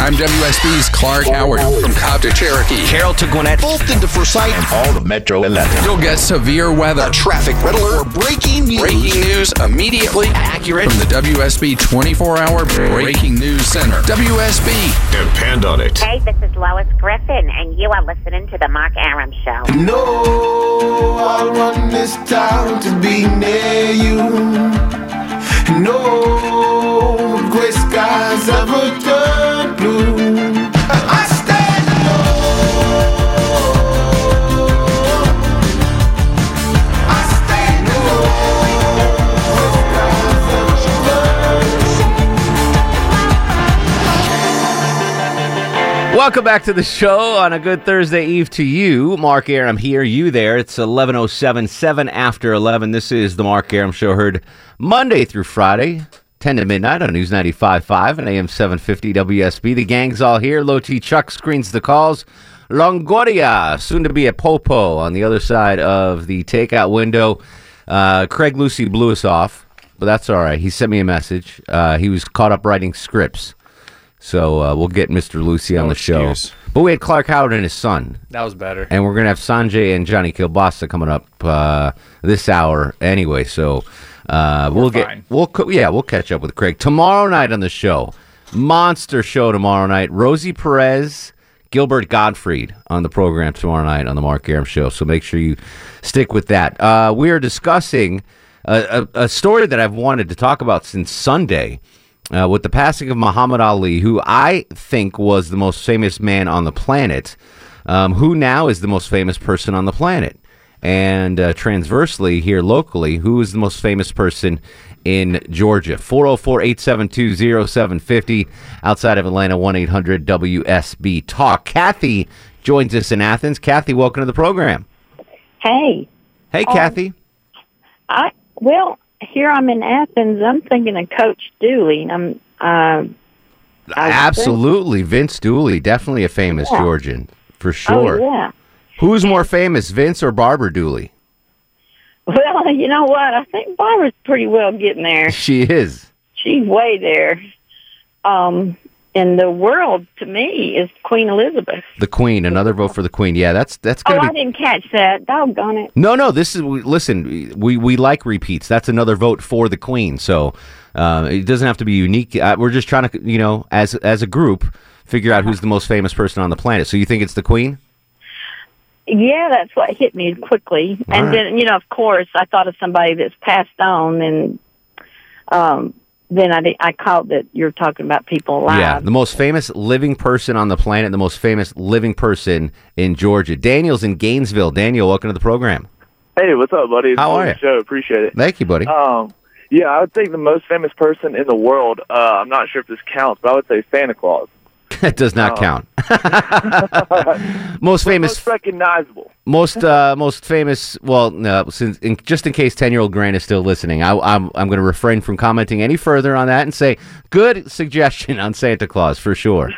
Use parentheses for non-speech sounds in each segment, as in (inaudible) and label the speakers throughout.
Speaker 1: I'm WSB's Clark Howard from Cobb to Cherokee.
Speaker 2: Carroll to Gwinnett,
Speaker 3: Fulton to Forsyth,
Speaker 4: and all of Metro 11.
Speaker 1: You'll get severe weather,
Speaker 3: a traffic riddler, or breaking news.
Speaker 1: Breaking news immediately
Speaker 2: accurate.
Speaker 1: from the WSB 24 hour Breaking News Center. WSB.
Speaker 4: Depend on it.
Speaker 5: Hey, this is Lois Griffin, and you are listening to The Mark Aram Show.
Speaker 6: No, I want this town to be near you. No gray skies ever turn blue. I stand alone. I stand alone. Gray skies ever turn blue.
Speaker 7: Welcome back to the show on a good Thursday Eve to you, Mark Aram here, you there. It's 11:07, 7 after 11. This is the Mark Aram show heard Monday through Friday, 10 to midnight on News 95.5 and AM 750 WSB. The gang's all here. Low T Chuck screens the calls. Longoria, soon to be a popo on the other side of the takeout window. Uh, Craig Lucy blew us off, but that's all right. He sent me a message. Uh, he was caught up writing scripts. So uh, we'll get Mr. Lucy on the show.
Speaker 8: excuse.
Speaker 7: But we had Clark Howard and his son,
Speaker 8: That was better.
Speaker 7: and we're gonna have Sanjay and Johnny Kilbasa coming up uh, this hour anyway. So uh, we'll
Speaker 8: fine.
Speaker 7: get we'll co- yeah we'll catch up with Craig tomorrow night on the show. Monster show tomorrow night. Rosie Perez, Gilbert Gottfried on the program tomorrow night on the Mark Aram show. So make sure you stick with that. Uh, we are discussing a, a, a story that I've wanted to talk about since Sunday. Uh, with the passing of Muhammad Ali, who I think was the most famous man on the planet, um, who now is the most famous person on the planet? And uh, transversely, here locally, who is the most famous person in Georgia? 404 872 0750. Outside of Atlanta, 1 800 WSB Talk. Kathy joins us in Athens. Kathy, welcome to the program.
Speaker 9: Hey,
Speaker 7: Hey,
Speaker 9: Um,
Speaker 7: Kathy.
Speaker 9: I well here I'm in Athens. I'm thinking of Coach Dooley. and I'm uh, I
Speaker 7: Absolutely. Vince Dooley, definitely a famous
Speaker 9: Yeah.
Speaker 7: Georgian, for sure.
Speaker 9: oh yeah. (laughs)
Speaker 7: Who's more famous, Vince or Barbara Dooley?
Speaker 9: Well, you know what? I think Barbara's pretty well getting there.
Speaker 7: She is.
Speaker 9: She's way there. Um, and the world to me is Queen Elizabeth.
Speaker 7: The Queen, another vote for the Queen. Yeah, that's that's
Speaker 9: Oh,
Speaker 7: gonna
Speaker 9: I
Speaker 7: be.
Speaker 9: didn't catch that. Doggone it.
Speaker 7: No, no. This is we- listen. We we like repeats. That's another vote for the Queen. So uh, it doesn't have to be unique. Uh, we're just trying to, you know, as as a group, figure out who's the most famous person on the planet. So you think it's the Queen?
Speaker 9: Yeah, that's what hit me quickly.
Speaker 7: All
Speaker 9: and
Speaker 7: right.
Speaker 9: then, you know, of course, I thought of somebody that's passed on, and um, then I, di- I called that you're talking about people alive.
Speaker 7: Yeah, the most famous living person on the planet. The most famous living person in Georgia. Daniel's in Gainesville. Daniel, welcome to the program.
Speaker 10: Hey, what's up, buddy?
Speaker 7: How are
Speaker 10: Love the
Speaker 7: ya?
Speaker 10: Show, appreciate it.
Speaker 7: Thank you, buddy.
Speaker 9: Oh,
Speaker 10: Um, yeah, I would think the most famous person in the world. Uh, I'm not sure if this counts, but I would say Santa Claus.
Speaker 7: (laughs) that does not
Speaker 9: oh. (laughs)
Speaker 7: count. (laughs) most famous
Speaker 10: Most recognizable.
Speaker 7: Most uh, most famous. Well, no, since in, just in case ten year old Grant is still listening, I, I'm I'm going to refrain from commenting any further on that and say good suggestion on Santa Claus for sure.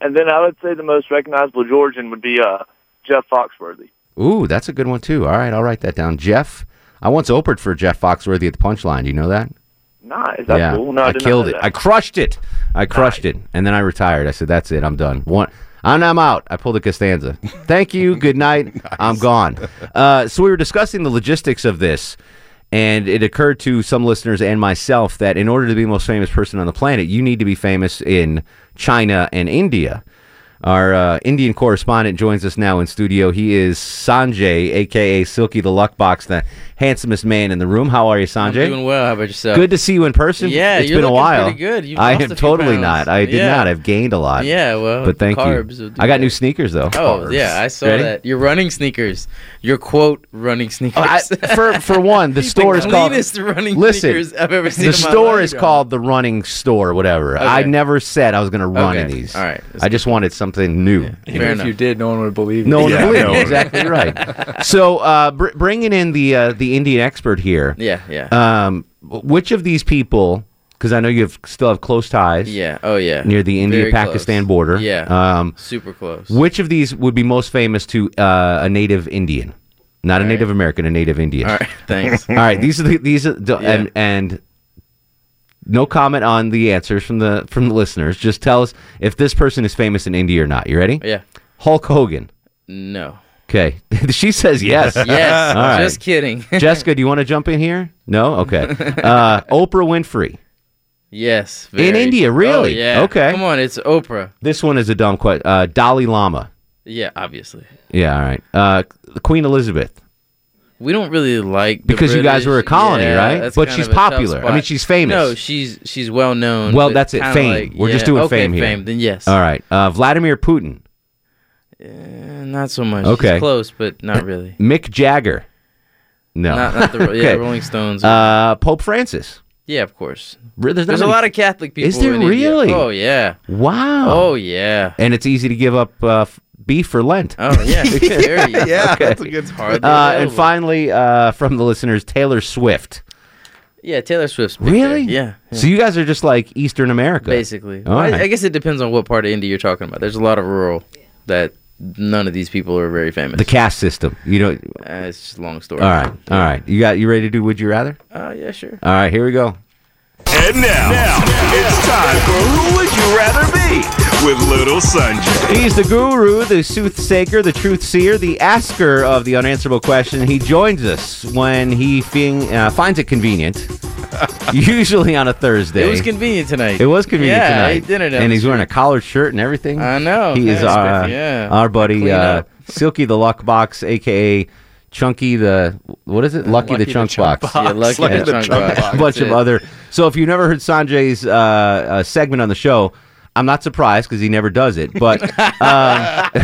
Speaker 10: And then I would say the most recognizable Georgian would be uh, Jeff Foxworthy.
Speaker 7: Ooh, that's a good one too. All right, I'll write that down. Jeff, I once opened for Jeff Foxworthy at the Punchline. Do you know that?
Speaker 10: Nice. That's
Speaker 7: yeah,
Speaker 10: cool. No, I,
Speaker 7: I
Speaker 10: did not
Speaker 7: killed
Speaker 10: know
Speaker 7: it.
Speaker 10: that.
Speaker 7: I crushed it. I crushed it, and then I retired. I said, "That's it. I'm done." One, and I'm out. I pulled a Costanza. Thank
Speaker 10: (laughs)
Speaker 7: you. Good night. I'm gone. Uh, so we were discussing the logistics of this, and it occurred to some listeners and myself that in order to be the most famous person on the planet, you need to be famous in China and India. Our uh, Indian correspondent joins us now in studio. He is Sanjay, aka Silky the Luck Box, the handsomest man in the room. How are you, Sanjay?
Speaker 2: I'm doing well. How about yourself?
Speaker 7: Good to see you in person.
Speaker 2: Yeah,
Speaker 7: it's
Speaker 2: you're
Speaker 7: been a
Speaker 2: looking
Speaker 7: while.
Speaker 2: pretty good. You've
Speaker 7: I
Speaker 2: lost
Speaker 7: am
Speaker 2: a few
Speaker 7: totally
Speaker 2: pounds.
Speaker 7: not. I did
Speaker 2: Yeah.
Speaker 7: not. I've gained a lot.
Speaker 2: Yeah, well,
Speaker 7: but thank
Speaker 2: carbs will
Speaker 7: you.
Speaker 2: do
Speaker 7: I got new
Speaker 2: that.
Speaker 7: sneakers though.
Speaker 2: Oh
Speaker 7: Carbs.
Speaker 2: yeah, I saw
Speaker 7: Ready?
Speaker 2: that. You're running sneakers. Your quote running sneakers.
Speaker 7: Oh,
Speaker 2: (laughs)
Speaker 7: I, for for one, the store is called
Speaker 2: cleanest running
Speaker 7: Listen,
Speaker 2: sneakers I've ever seen.
Speaker 7: The
Speaker 2: in my
Speaker 7: store
Speaker 2: life.
Speaker 7: is called the Running Store, whatever. I never said I was going to run in
Speaker 2: Okay,
Speaker 7: these.
Speaker 2: all right.
Speaker 7: I just wanted something new.
Speaker 2: Fair enough.
Speaker 8: did, no one would believe
Speaker 7: No one
Speaker 4: Yeah, no
Speaker 7: believed. me.
Speaker 4: one-
Speaker 7: (laughs) Exactly
Speaker 2: (laughs)
Speaker 7: right. So, uh, br- bringing in the uh, the Indian expert here.
Speaker 2: Yeah, yeah,
Speaker 7: Um, which of these people? Because I know you have, still have close ties
Speaker 2: yeah. Oh yeah.
Speaker 7: near the
Speaker 2: Very
Speaker 7: India-Pakistan
Speaker 2: close.
Speaker 7: border.
Speaker 2: Yeah.
Speaker 7: Um,
Speaker 2: Super close.
Speaker 7: which of these would be most famous to uh, a native Indian? Not a Native American, a native Indian.
Speaker 2: All right.
Speaker 7: (laughs)
Speaker 2: Thanks.
Speaker 7: All right, these are the, these are the, and and no comment on the answers from the from the listeners. Just tell us if this person is famous in India or not. You ready?
Speaker 2: yeah.
Speaker 7: Hulk Hogan. (laughs)
Speaker 2: No.
Speaker 7: Okay, she says yes.
Speaker 2: Yes.
Speaker 7: (laughs) All right.
Speaker 2: Just kidding.
Speaker 7: Jessica, do you want to jump in here? No. Okay. Uh, Oprah Winfrey.
Speaker 2: (laughs) yes.
Speaker 7: In
Speaker 2: very.
Speaker 7: India,
Speaker 2: Oh,
Speaker 7: really?
Speaker 2: yeah.
Speaker 7: Okay.
Speaker 2: Come on, it's Oprah.
Speaker 7: This one is a dumb question. Uh, Dalai Lama.
Speaker 2: Yeah, obviously.
Speaker 7: Yeah. All right. Uh, Queen Elizabeth.
Speaker 2: We don't really like the
Speaker 7: Because you guys
Speaker 2: British.
Speaker 7: were a colony,
Speaker 2: Yeah,
Speaker 7: right?
Speaker 2: that's
Speaker 7: But
Speaker 2: kind
Speaker 7: she's
Speaker 2: of a tough
Speaker 7: popular. I
Speaker 2: spot.
Speaker 7: mean, she's famous.
Speaker 2: No, she's she's well known.
Speaker 7: Well,
Speaker 2: but
Speaker 7: that's it.
Speaker 2: kinda
Speaker 7: Fame.
Speaker 2: like-
Speaker 7: We're just
Speaker 2: yeah,
Speaker 7: doing
Speaker 2: okay,
Speaker 7: fame here.
Speaker 2: Fame. Then yes.
Speaker 7: All right. Uh, Vladimir Putin.
Speaker 2: Eh, Not so much.
Speaker 7: Okay.
Speaker 2: She's close, but not really.
Speaker 7: Mick Jagger. (laughs) No.
Speaker 2: Not,
Speaker 7: (laughs)
Speaker 2: not the Ro- yeah,
Speaker 7: Okay.
Speaker 2: Rolling Stones.
Speaker 7: Uh, Pope Francis.
Speaker 2: yeah, of course.
Speaker 7: Re- There's, not
Speaker 2: There's a
Speaker 7: many-
Speaker 2: lot of Catholic people.
Speaker 7: Is there
Speaker 2: in India.
Speaker 7: really?
Speaker 2: Oh yeah.
Speaker 7: Wow.
Speaker 2: Oh yeah.
Speaker 7: And it's easy to give up uh, f- beef for Lent.
Speaker 2: Oh
Speaker 7: (laughs)
Speaker 2: yeah. Very, yeah.
Speaker 8: that's a good
Speaker 2: Hard.
Speaker 7: Uh, and finally, uh, from the listeners, Taylor Swift.
Speaker 2: Yeah, Taylor Swift's big
Speaker 7: Really?
Speaker 2: there. Yeah. yeah.
Speaker 7: So you guys are just like Eastern America.
Speaker 2: Basically.
Speaker 7: All
Speaker 2: Well, I,
Speaker 7: right.
Speaker 2: I guess it depends on what part of India you're talking about. There's a lot of rural that none of these people are very famous.
Speaker 7: The caste system. You know.
Speaker 2: Uh, it's just a long story.
Speaker 7: All right. All right. You got. You ready to do Would You Rather?
Speaker 2: Uh, yeah, sure.
Speaker 7: All right. Here we go.
Speaker 4: And now, it's time for Who Would You Rather Be with Little Sanjay.
Speaker 7: He's the guru, the soothsayer, the truth seer, the asker of the unanswerable question. He joins us when he fin- uh, finds
Speaker 4: (laughs)
Speaker 7: it convenient, usually on a Thursday.
Speaker 2: It was convenient tonight.
Speaker 7: It was convenient
Speaker 2: yeah,
Speaker 7: tonight.
Speaker 2: I ate dinner down
Speaker 7: and
Speaker 2: the
Speaker 7: he's wearing a
Speaker 2: street.
Speaker 7: collared shirt and everything.
Speaker 2: I know.
Speaker 7: He is
Speaker 2: Yeah, it's
Speaker 7: our,
Speaker 2: crazy. Yeah. (laughs)
Speaker 7: our buddy
Speaker 2: Clean
Speaker 7: uh,
Speaker 2: up.
Speaker 7: Silky the Luck Box, aka Chunky the what is it? Lucky, the Chunk Box.
Speaker 2: Yeah, lucky
Speaker 8: Lucky
Speaker 2: that
Speaker 8: the
Speaker 2: chunk
Speaker 8: chunk
Speaker 2: box.
Speaker 7: A bunch
Speaker 2: That's
Speaker 7: of
Speaker 2: it.
Speaker 7: other. So if you've never heard Sanjay's uh, uh, segment on the show. I'm not surprised because he never does it.
Speaker 2: (laughs)
Speaker 7: But um, (laughs)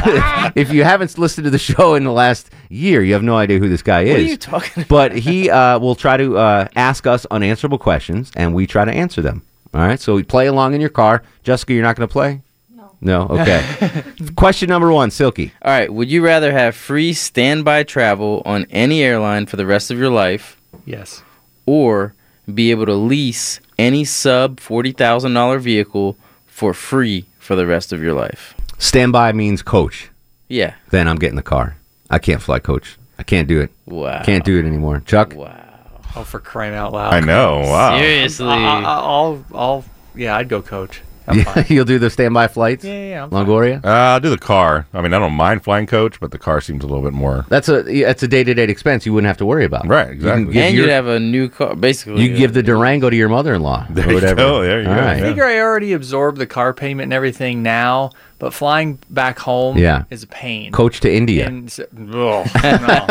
Speaker 7: if you haven't listened to the show in the last year, you have no idea who this guy is.
Speaker 2: What are you talking about?
Speaker 7: But he uh, will try to uh, ask us unanswerable questions, and we try to answer them. All right. So we play along in your car. Jessica, you're not going to play. No. No. Okay. Question number one, Silky.
Speaker 2: All right. Would you rather have free standby travel on any airline for the rest of your life
Speaker 8: Yes.
Speaker 2: or be able to lease any sub $40,000 vehicle for free for the rest of your life?
Speaker 7: Standby means coach.
Speaker 2: Yeah.
Speaker 7: Then I'm getting the car. I can't fly coach. I can't do it.
Speaker 2: Wow.
Speaker 7: Can't do it anymore. Chuck.
Speaker 2: Wow.
Speaker 8: Oh, for crying out loud!
Speaker 4: I know. Wow.
Speaker 2: Seriously.
Speaker 8: I, will I'll, yeah, I'd go coach. I'm fine.
Speaker 7: (laughs) You'll do the standby flights.
Speaker 8: Yeah, yeah, I'm fine.
Speaker 7: Longoria.
Speaker 4: Uh, I'll do the car. I mean, I don't mind flying coach, but the car seems a little bit
Speaker 7: (laughs)
Speaker 4: more.
Speaker 7: That's a that's a day to day expense you wouldn't have to worry about.
Speaker 4: Right,
Speaker 7: You can
Speaker 4: exactly.
Speaker 7: give
Speaker 2: and
Speaker 7: your-
Speaker 2: you'd have a new car, basically.
Speaker 7: you give the Durango to your mother in law
Speaker 4: There
Speaker 7: or
Speaker 4: you
Speaker 7: whatever.
Speaker 4: go, there you
Speaker 7: All
Speaker 4: go,
Speaker 7: right.
Speaker 4: yeah.
Speaker 8: I figure I already absorbed the car payment and everything now, but flying back home
Speaker 7: Yeah.
Speaker 8: is a pain.
Speaker 7: Coach to India.
Speaker 8: And so, Ugh, no,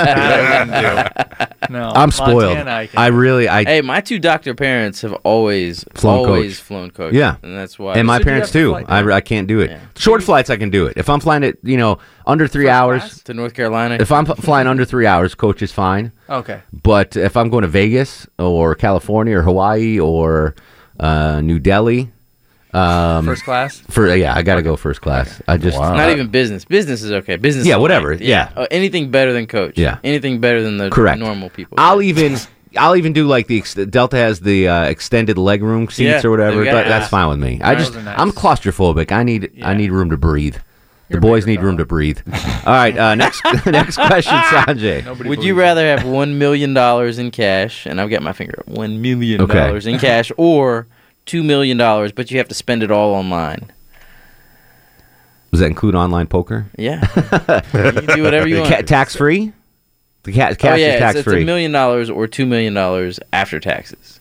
Speaker 8: that I wouldn't
Speaker 7: (laughs)
Speaker 8: do. No,
Speaker 7: I'm spoiled.
Speaker 8: Montana, I, can-
Speaker 7: I really I
Speaker 2: Hey, my two doctor parents have always
Speaker 7: Flown coach.
Speaker 2: always flown coach.
Speaker 7: Yeah.
Speaker 2: and that's why.
Speaker 7: And my
Speaker 8: So do you
Speaker 7: parents
Speaker 8: have to
Speaker 7: too.
Speaker 8: fly-
Speaker 7: I, I can't do it. Short flights I can do it. If I'm flying it, you know, under three hours.
Speaker 8: class?
Speaker 2: to North Carolina.
Speaker 7: If I'm f- flying under three hours, coach is fine.
Speaker 8: okay.
Speaker 7: But if I'm going to Vegas or California or Hawaii or uh, New Delhi, um,
Speaker 8: First class.
Speaker 7: for yeah, I got to go first class. I just
Speaker 4: Wow.
Speaker 2: Not even business. Business is okay. Business.
Speaker 7: uh, Yeah,
Speaker 2: is
Speaker 7: whatever.
Speaker 2: fine.
Speaker 7: Yeah.
Speaker 2: Uh, anything better than coach.
Speaker 7: Yeah.
Speaker 2: Anything better than the
Speaker 7: Correct.
Speaker 2: normal people.
Speaker 7: I'll even I'll even do like the ex- Delta has the uh, extended legroom seats
Speaker 2: Yeah,
Speaker 7: or whatever.
Speaker 2: they've got
Speaker 7: That,
Speaker 2: that.
Speaker 7: that's fine with me. I just
Speaker 8: Those are nice.
Speaker 7: I'm claustrophobic. I need I
Speaker 8: Yeah.
Speaker 7: need room to breathe.
Speaker 8: You're
Speaker 7: the
Speaker 8: a
Speaker 7: boys
Speaker 8: bigger
Speaker 7: need room
Speaker 8: fella.
Speaker 7: to breathe. All right,
Speaker 2: (laughs)
Speaker 7: uh, next (laughs) next question, Sanjay.
Speaker 8: Nobody
Speaker 2: Would you
Speaker 8: believes
Speaker 2: rather have one million dollars in cash, and I've got my finger up, one million
Speaker 7: Okay.
Speaker 2: dollars in
Speaker 7: (laughs)
Speaker 2: cash, or two million dollars, but you have to spend it all online?
Speaker 7: Does that include online poker? (laughs)
Speaker 2: Yeah. you can do whatever you want.
Speaker 7: Ca- tax free. The ca- cash
Speaker 2: oh, yeah,
Speaker 7: is
Speaker 2: it's-
Speaker 7: tax
Speaker 2: it's,
Speaker 7: free.
Speaker 2: a million dollars or two million dollars after taxes.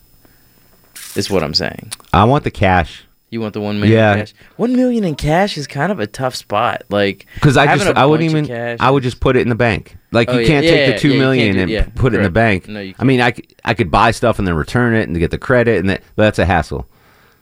Speaker 2: Is what I'm saying.
Speaker 7: I want the cash.
Speaker 2: You You want the one million
Speaker 7: Yeah.
Speaker 2: in cash? One million in cash is kind of a tough spot. Like
Speaker 7: Because I
Speaker 2: having
Speaker 7: just
Speaker 2: a
Speaker 7: I wouldn't
Speaker 2: bunch of
Speaker 7: even
Speaker 2: cash
Speaker 7: I would just put it in the bank. Like
Speaker 2: Oh,
Speaker 7: you
Speaker 2: yeah,
Speaker 7: can't
Speaker 2: yeah,
Speaker 7: take the
Speaker 2: yeah,
Speaker 7: two
Speaker 2: you
Speaker 7: million
Speaker 2: can't do-
Speaker 7: and
Speaker 2: yeah,
Speaker 7: put it in the
Speaker 2: correct.
Speaker 7: bank.
Speaker 2: No, you
Speaker 7: I mean I, c- I could buy stuff and then return it and get the credit and that but that's a hassle.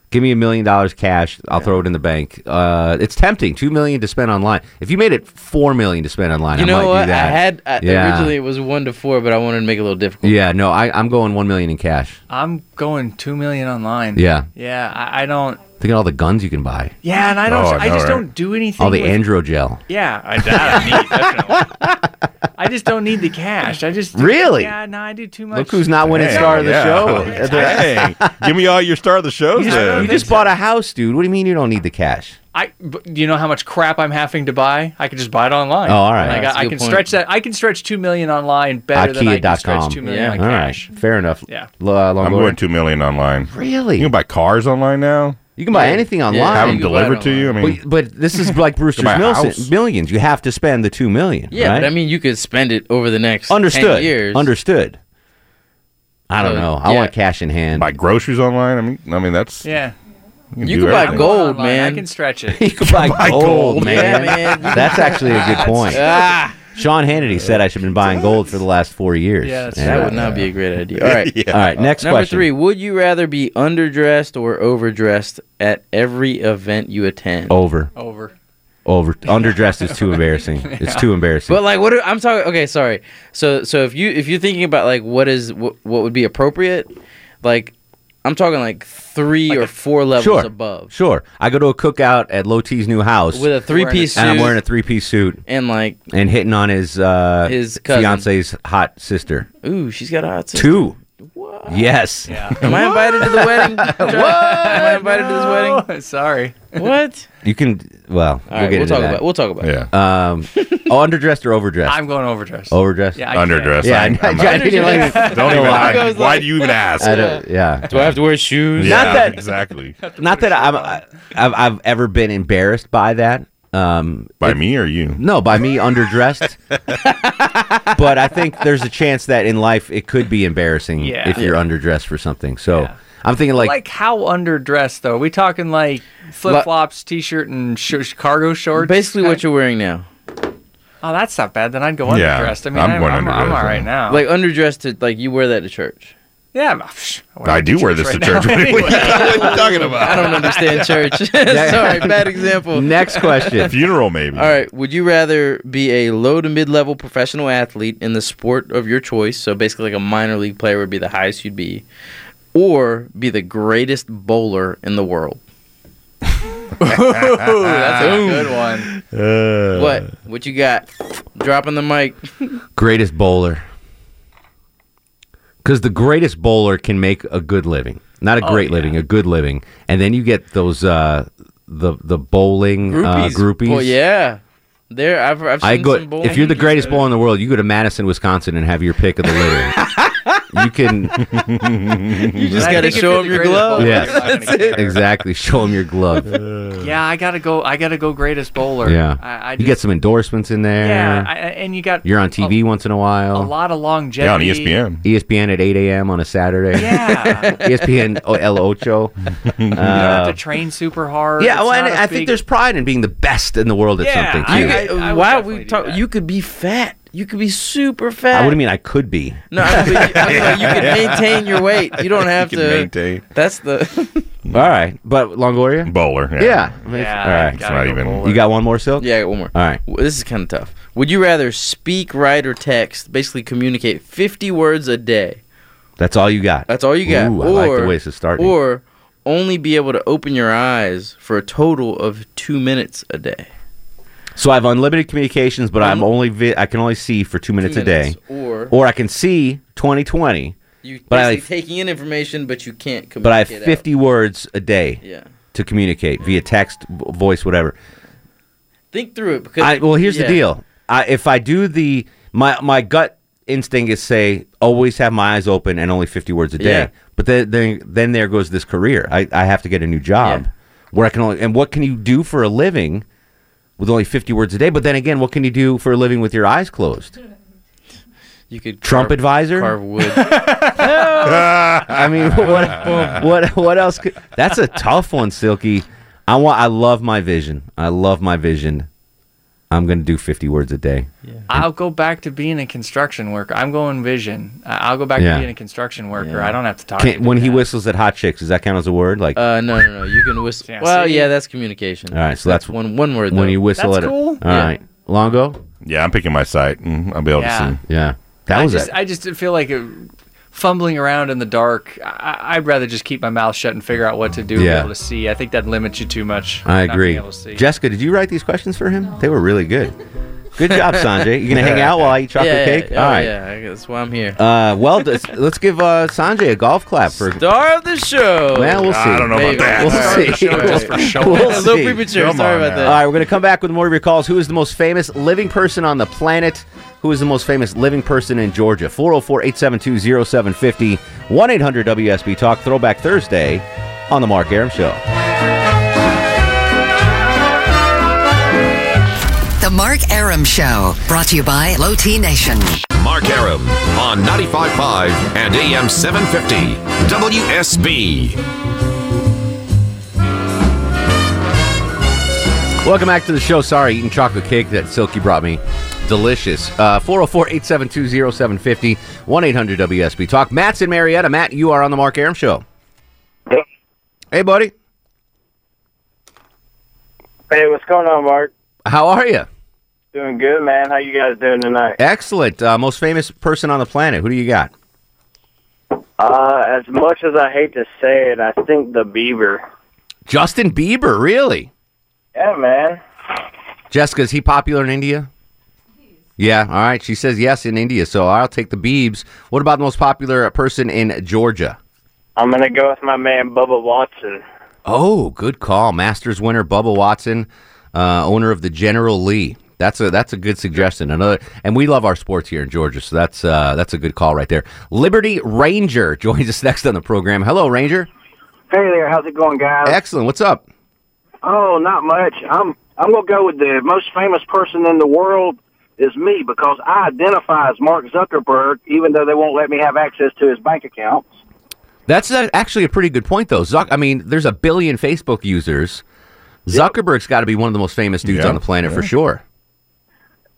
Speaker 7: Give me a million dollars cash. I'll throw it in the bank. Uh, it's tempting. Two million to spend online. If you made it four million to spend online,
Speaker 2: You
Speaker 7: I might
Speaker 2: know what?
Speaker 7: do
Speaker 2: I
Speaker 7: that.
Speaker 2: had I,
Speaker 7: yeah.
Speaker 2: originally it was one to four, but I wanted to make it a little difficult.
Speaker 7: Yeah, no, I, I'm going one million in cash.
Speaker 8: I'm going two million online.
Speaker 7: Yeah,
Speaker 8: Yeah, I, I don't.
Speaker 7: think of all the guns you can buy,
Speaker 8: Yeah, and I don't.
Speaker 1: Oh, I
Speaker 8: I
Speaker 1: know,
Speaker 8: just
Speaker 1: right?
Speaker 8: don't do anything.
Speaker 7: all the
Speaker 8: with-
Speaker 7: androgel.
Speaker 8: Yeah,
Speaker 7: (laughs)
Speaker 8: I, that I need. definitely. I just don't need the cash. I just
Speaker 7: Really?
Speaker 8: Yeah, no, I do too much.
Speaker 7: Look who's not winning
Speaker 1: Hey,
Speaker 7: star of the
Speaker 1: yeah.
Speaker 7: (laughs) show.
Speaker 1: Dang. Give me all your star of the shows
Speaker 8: just-
Speaker 7: You
Speaker 1: then.
Speaker 7: just bought a house, dude. What do you mean you don't need the cash?
Speaker 8: I but do you know how much crap I'm having to buy? I could just buy it online.
Speaker 7: Oh, all right.
Speaker 8: And I,
Speaker 2: That's
Speaker 8: got,
Speaker 2: a
Speaker 8: I
Speaker 2: good
Speaker 8: can
Speaker 2: point.
Speaker 8: stretch that. I can stretch two million online better than I can
Speaker 7: Ikea.com.
Speaker 8: stretch two million
Speaker 2: Yeah.
Speaker 8: on
Speaker 7: All right,
Speaker 8: cash.
Speaker 7: fair enough.
Speaker 8: Yeah.
Speaker 7: L- uh,
Speaker 1: I'm
Speaker 7: Longoria.
Speaker 1: going two million online.
Speaker 7: Really?
Speaker 1: You can buy cars online now.
Speaker 7: You can buy anything online.
Speaker 1: Have
Speaker 2: you
Speaker 1: them
Speaker 2: can buy it
Speaker 1: delivered to you. I mean,
Speaker 7: but, but this
Speaker 2: (laughs)
Speaker 7: is like Brewster's
Speaker 1: buy a
Speaker 7: Millions.
Speaker 1: house.
Speaker 7: Millions. You have to spend the two million.
Speaker 2: Yeah,
Speaker 7: right?
Speaker 2: but I mean, you could spend it over the next 10
Speaker 7: understood.
Speaker 2: years.
Speaker 7: Understood. I don't
Speaker 2: So,
Speaker 7: know. I
Speaker 2: yeah.
Speaker 7: want cash in hand. (laughs)
Speaker 1: buy groceries online. I mean, I mean that's
Speaker 8: Yeah,
Speaker 1: can
Speaker 2: You
Speaker 1: do
Speaker 2: could buy
Speaker 1: everything.
Speaker 2: gold,
Speaker 8: Online,
Speaker 2: man.
Speaker 8: I can stretch it.
Speaker 7: you
Speaker 1: (laughs)
Speaker 7: could buy, (laughs) gold,
Speaker 1: gold.
Speaker 7: man.
Speaker 2: Yeah, man.
Speaker 7: (laughs) That's actually a good
Speaker 2: (laughs)
Speaker 7: point.
Speaker 2: Ah,
Speaker 7: Sean Hannity said I should have been buying gold for the last four years.
Speaker 8: Yeah, that's
Speaker 7: And-
Speaker 2: that would not be a great idea.
Speaker 7: (laughs)
Speaker 2: All right.
Speaker 7: All right, next
Speaker 2: Number
Speaker 7: question.
Speaker 2: three, would you rather be underdressed or overdressed at every event you attend?
Speaker 7: Over.
Speaker 8: Over.
Speaker 7: Over. Underdressed is
Speaker 2: (laughs)
Speaker 7: too embarrassing. It's too embarrassing.
Speaker 2: But like, what? Are, I'm talking. Okay, sorry. So, so if you if you're thinking about like what is what, what would be appropriate, like I'm talking like three or four levels
Speaker 7: sure.
Speaker 2: above
Speaker 7: Sure. I go to a cookout at Low T's new house.
Speaker 2: with a three piece suit
Speaker 7: and I'm wearing a three piece suit
Speaker 2: and like,
Speaker 7: and hitting on his uh
Speaker 2: His cousin.
Speaker 7: fiance's hot sister.
Speaker 2: ooh, she's got a hot. seat.
Speaker 7: Two.
Speaker 2: Oh,
Speaker 7: Yes.
Speaker 2: Am I invited to the
Speaker 1: (laughs)
Speaker 2: wedding? Am I invited to this wedding?
Speaker 8: Oh, (laughs) sorry.
Speaker 2: What?
Speaker 7: You can well,
Speaker 2: All
Speaker 7: we'll
Speaker 2: right,
Speaker 7: get
Speaker 2: we'll,
Speaker 7: into
Speaker 2: talk
Speaker 7: that.
Speaker 2: about. We'll talk about. it.
Speaker 1: Yeah,
Speaker 7: um
Speaker 2: (laughs)
Speaker 7: oh, underdressed or overdressed?
Speaker 8: I'm going overdressed.
Speaker 1: Oh.
Speaker 7: overdressed.
Speaker 8: Yeah, I can't.
Speaker 1: underdress.
Speaker 7: yeah, I,
Speaker 1: I'm-
Speaker 2: (laughs)
Speaker 1: I'm
Speaker 7: I
Speaker 1: out.
Speaker 7: didn't (laughs) like-
Speaker 1: Don't even.
Speaker 7: I
Speaker 1: I,
Speaker 2: was
Speaker 1: why
Speaker 2: like-
Speaker 1: do you even ask?
Speaker 7: I
Speaker 2: (laughs)
Speaker 7: don't, yeah.
Speaker 2: Do I have to wear shoes?
Speaker 1: Yeah,
Speaker 7: Not that-
Speaker 1: exactly.
Speaker 7: Not that I'm I- I've, I've ever been embarrassed by that. Um
Speaker 1: By me or
Speaker 7: (laughs)
Speaker 1: you?
Speaker 7: no, by me underdressed. but I think there's a chance that in life it could be embarrassing
Speaker 8: Yeah.
Speaker 7: if you're underdessed for something. So
Speaker 8: Yeah.
Speaker 7: I'm thinking
Speaker 8: Like,
Speaker 7: like
Speaker 8: how underdressed though? Are we talking like flip flops, t-shirt, and sh- cargo shorts?
Speaker 2: Basically,
Speaker 8: kind-
Speaker 2: what you're wearing now,
Speaker 8: Oh, that's not bad. Then I'd go
Speaker 1: Yeah,
Speaker 8: underdressed. I mean,
Speaker 1: I'm
Speaker 8: I'm,
Speaker 1: going
Speaker 8: I'm, I'm
Speaker 1: underdressed,
Speaker 8: all right
Speaker 1: yeah.
Speaker 8: now.
Speaker 2: like underdressed to like you wear that to church.
Speaker 8: yeah, I'm- psh, wear
Speaker 1: I
Speaker 8: it
Speaker 1: do wear this to
Speaker 8: right
Speaker 1: church.
Speaker 2: (laughs)
Speaker 8: now (laughs)
Speaker 1: What are you-
Speaker 8: anyway.
Speaker 1: what are you (laughs) talking
Speaker 2: I
Speaker 1: about?
Speaker 2: don't understand
Speaker 1: (laughs)
Speaker 2: church. (laughs) Sorry, bad example.
Speaker 7: next question.
Speaker 1: Funeral maybe.
Speaker 2: All right. Would you rather be a low to mid level professional athlete in the sport of your choice? So basically, like a minor league player would be the highest you'd be, or be the greatest bowler in the
Speaker 7: (laughs)
Speaker 2: world?
Speaker 8: Ooh, that's a good one.
Speaker 7: Uh.
Speaker 2: what? What you got? Dropping the mic.
Speaker 7: Greatest bowler. Because the greatest bowler can make a good living, not a great living, a good living, and then you get those uh, the the bowling
Speaker 2: Groupies.
Speaker 7: Uh, groupies.
Speaker 2: Well, yeah. There, I've, I've seen
Speaker 7: I go.
Speaker 2: some bowling.
Speaker 7: If you're the greatest bowler in the world, you go to Madison, Wisconsin, and have your pick of the litter. you can,
Speaker 2: you just
Speaker 8: I
Speaker 2: got to
Speaker 8: think if
Speaker 2: show
Speaker 8: you're
Speaker 2: them
Speaker 8: the
Speaker 2: your
Speaker 8: greatest
Speaker 2: glove.
Speaker 8: bowler,
Speaker 7: Yes.
Speaker 8: (laughs) you're not gonna get there.
Speaker 7: exactly show them your glove.
Speaker 8: (laughs) Yeah, I gotta go. I gotta go. Greatest bowler.
Speaker 7: Yeah,
Speaker 8: I, I
Speaker 7: you get
Speaker 8: just,
Speaker 7: some endorsements in there.
Speaker 8: Yeah, I, I- and you got.
Speaker 7: you're on TV once in a
Speaker 8: A, a
Speaker 7: while. E
Speaker 8: lot of longevity.
Speaker 1: Yeah, on E ESPN.
Speaker 7: ESPN at 8 a.m. on a Saturday. (laughs) E
Speaker 8: Yeah,
Speaker 7: ESPN O- oh, El Ocho.
Speaker 8: (laughs)
Speaker 7: Um,
Speaker 8: you don't have to train super hard.
Speaker 7: Yeah,
Speaker 8: It's
Speaker 7: well, and
Speaker 8: not a
Speaker 7: I think
Speaker 8: big-
Speaker 7: there's pride in being the best in the world at
Speaker 8: Yeah,
Speaker 7: something.
Speaker 8: I-
Speaker 7: Too.
Speaker 8: I- would
Speaker 2: Why
Speaker 8: definitely
Speaker 2: we
Speaker 8: do
Speaker 2: talk?
Speaker 8: that.
Speaker 2: You could be fat. You could be super fat.
Speaker 7: I would mean I could be.
Speaker 2: No, I mean, but you, I mean, like, you
Speaker 7: (laughs)
Speaker 2: can maintain your weight. You don't have
Speaker 1: You
Speaker 2: to.
Speaker 1: can maintain
Speaker 2: That's
Speaker 7: (laughs)
Speaker 2: the.
Speaker 7: All right, but Longoria.
Speaker 1: bowler.
Speaker 7: Yeah. I mean,
Speaker 8: Yeah,
Speaker 7: All right.
Speaker 8: you
Speaker 1: It's
Speaker 8: gotta
Speaker 1: not
Speaker 8: go
Speaker 1: even-
Speaker 8: bowler.
Speaker 7: You got one more silk.
Speaker 2: yeah, I got one more.
Speaker 7: All right.
Speaker 2: W- This is kind of tough. Would you rather speak, write, or text? Basically, communicate 50 words a day.
Speaker 7: That's all you got.
Speaker 2: That's all you got.
Speaker 7: Ooh,
Speaker 2: or,
Speaker 7: I like the way this is starting.
Speaker 2: Or only be able to open your eyes for a total of two minutes a day.
Speaker 7: So I have unlimited communications, but I'm
Speaker 8: Mm-hmm.
Speaker 2: Um,
Speaker 7: only vi- I can only see for two minutes,
Speaker 2: two minutes
Speaker 7: a day,
Speaker 2: Or,
Speaker 7: or I can see 2020,
Speaker 2: you basically
Speaker 7: but I
Speaker 2: taking in information, but you can't communicate.
Speaker 7: but I have
Speaker 2: out.
Speaker 7: 50 words a day
Speaker 2: Yeah.
Speaker 7: to communicate via text, v- voice, whatever.
Speaker 2: Think through it. Because
Speaker 7: I, well, here's
Speaker 2: yeah.
Speaker 7: the deal. I, if I do the my my gut instinct is say always have my eyes open and only 50 words a day.
Speaker 2: Yeah.
Speaker 7: But then, then then there goes this career. I, I have to get a new job
Speaker 2: Yeah.
Speaker 7: where I can only and what can you do for a living with only 50 words a day? But then again, what can you do for a living with your eyes closed?
Speaker 2: You could
Speaker 7: Trump advisor.
Speaker 2: carve wood.
Speaker 7: (laughs)
Speaker 1: (laughs)
Speaker 7: I mean, (laughs) what, what, what else? Could, that's a tough one, Silky. I want. I love my vision. I love my vision. I'm gonna do 50 words a day.
Speaker 8: I'll go back to being a construction worker. I'm going vision. I- I'll go back
Speaker 7: Yeah.
Speaker 8: to being a construction worker. I don't have to talk. to
Speaker 7: Can't,
Speaker 8: you
Speaker 7: when he
Speaker 8: that.
Speaker 7: whistles at hot chicks, does that count as a word? Like
Speaker 2: Uh, no, no, no. You can whistle.
Speaker 8: Yeah,
Speaker 2: well,
Speaker 8: see?
Speaker 2: yeah, that's communication.
Speaker 7: All right, so that's-
Speaker 2: one one word.
Speaker 7: when
Speaker 2: though.
Speaker 7: you whistle
Speaker 8: That's
Speaker 7: at
Speaker 8: cool.
Speaker 7: it. All
Speaker 2: Yeah.
Speaker 7: right, Longo.
Speaker 11: Yeah, I'm picking my site.
Speaker 1: Mm-hmm.
Speaker 11: Mm, I'll be able
Speaker 8: Yeah.
Speaker 11: to see.
Speaker 7: Yeah, that
Speaker 8: I
Speaker 7: was
Speaker 8: just,
Speaker 7: it.
Speaker 8: I just feel like uh, fumbling around in the dark. I, I'd rather just keep my mouth shut and figure out what to do. and Be
Speaker 7: Yeah.
Speaker 8: able to see. I think that limits you too much.
Speaker 7: I
Speaker 8: not being
Speaker 7: agree.
Speaker 8: able to see.
Speaker 7: Jessica, did you write these questions for him? They were really good. Good
Speaker 8: (laughs)
Speaker 7: job, Sanjay. You gonna hang out while I eat chocolate
Speaker 2: yeah,
Speaker 7: cake?
Speaker 2: Yeah,
Speaker 7: All
Speaker 2: oh,
Speaker 7: right.
Speaker 2: Yeah, I guess that's why I'm here.
Speaker 7: Uh, well, let's- let's give uh, Sanjay a golf clap for.
Speaker 2: Star of the show.
Speaker 7: Well, we'll see.
Speaker 11: I don't know
Speaker 2: Maybe.
Speaker 11: about that.
Speaker 7: We'll
Speaker 2: Star
Speaker 7: see.
Speaker 2: of the show just for show.
Speaker 7: We'll
Speaker 2: That's a little
Speaker 7: see.
Speaker 2: premature.
Speaker 11: Come
Speaker 2: Sorry
Speaker 11: on
Speaker 2: about
Speaker 11: now.
Speaker 7: All
Speaker 2: that.
Speaker 7: right, we're going to come back with more of your calls. Who is the most famous living person on the planet? Who is the most famous living person in Georgia? 404 872 0750 1 800 WSB Talk Throwback Thursday on The Mark Aram Show.
Speaker 12: The Mark Aram Show, brought to you by Low T Nation.
Speaker 1: Mark Aram on 95.5 and AM 750 WSB.
Speaker 7: Welcome back to the show. Sorry, eating chocolate cake that Silky brought me. Delicious. Uh, 404 872 0750 1 800 WSB Talk. Matt's in Marietta. Matt, you are on The Mark Aram Show. Hey, buddy.
Speaker 13: Hey, what's going on, Mark?
Speaker 7: How are you?
Speaker 13: Doing good, man. How you guys doing tonight?
Speaker 7: Excellent. Uh, most famous person on the planet. Who do you got?
Speaker 13: Uh, as much as I hate to say it, I think the Beaver.
Speaker 7: Justin Bieber, really?
Speaker 13: Yeah, man.
Speaker 7: Jessica, is he popular in India? Yeah, all right. She says yes in India, so I'll take the Biebs. What about the most popular person in Georgia?
Speaker 13: I'm gonna go with my man Bubba Watson.
Speaker 7: Oh, good call. Masters winner Bubba Watson, uh, owner of the General Lee. That's a that's a good suggestion. Another, and we love our sports here in Georgia, so that's uh, that's a good call right there. Liberty Ranger (laughs) joins us next on the program. Hello, Ranger.
Speaker 14: Hey there, how's it going, guys?
Speaker 7: Excellent. What's up?
Speaker 14: Oh, not much. I'm I'm gonna go with the most famous person in the world is me because I identify as Mark Zuckerberg, even though they won't let me have access to his bank account.
Speaker 7: That's uh, actually a pretty good point, though. Zuck, I mean, there's a billion Facebook users. Zuckerberg's got to be one of the most famous dudes on the planet for sure.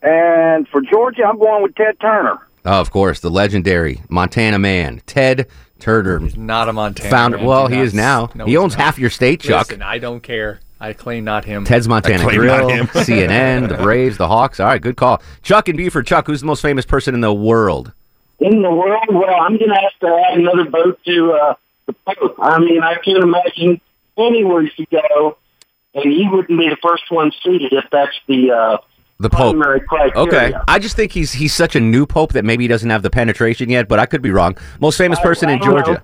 Speaker 14: And for Georgia, I'm going with Ted Turner.
Speaker 7: Oh, of course, the legendary Montana man, Ted Turner. He's
Speaker 8: not a Montana.
Speaker 7: Founder.
Speaker 8: man.
Speaker 7: Well,
Speaker 8: Do
Speaker 7: he
Speaker 8: not-
Speaker 7: is now.
Speaker 8: no,
Speaker 7: he
Speaker 8: he's
Speaker 7: owns
Speaker 8: not.
Speaker 7: half your state, Chuck.
Speaker 8: Listen, I don't care. I claim not him.
Speaker 7: Ted's Montana
Speaker 8: I claim
Speaker 7: Grill, (laughs)
Speaker 8: not (laughs) him.
Speaker 7: CNN, the Braves, the Hawks. All right, good call. Chuck and Buford. Chuck, who's the most famous person in the world?
Speaker 14: In the world, well, I'm gonna have to add another vote to uh, the Pope. I mean, I can't imagine anywhere you go, and he wouldn't be the first one seated if that's the uh,
Speaker 7: The Pope.
Speaker 14: primary criteria.
Speaker 7: Okay, I just think he's he's such a new pope that maybe he doesn't have the penetration yet, but I could be wrong. Most famous person in
Speaker 14: I don't know.
Speaker 7: Georgia.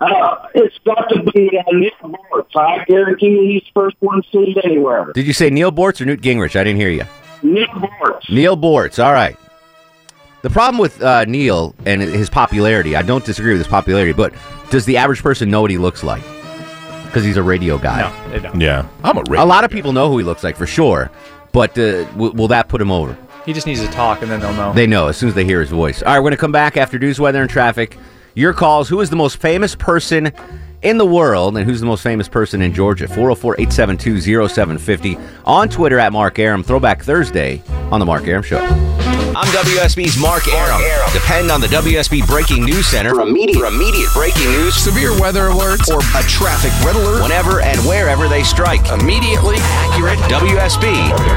Speaker 14: Uh, it's got to be uh, Nick Bartz. I guarantee he's first one seated anywhere.
Speaker 7: Did you say Neil Bortz or Newt Gingrich? I didn't hear you.
Speaker 14: Nick Bartz.
Speaker 7: Neil Bortz. All right. The problem with uh, Neil and his popularity, I don't disagree with his popularity, but does the average person know what he looks like? Because he's a radio guy.
Speaker 8: No, they don't.
Speaker 11: Yeah, I'm a
Speaker 7: a lot of people know who he looks like for sure, but uh, w- will that put him over?
Speaker 8: He just needs to talk, and then they'll know.
Speaker 7: They know as soon as they hear his voice. All right, we're going to come back after news, weather, and traffic. Your calls. Who is the most famous person in the world, and who's the most famous person in Georgia? 404 872 0750 on Twitter at Mark Aram. Throwback Thursday on The Mark Aram Show. I'm WSB's Mark Aram. Depend on the WSB Breaking News Center for immediate, for immediate breaking news, severe weather alerts, or a traffic red alert whenever and wherever they strike. Immediately accurate WSB.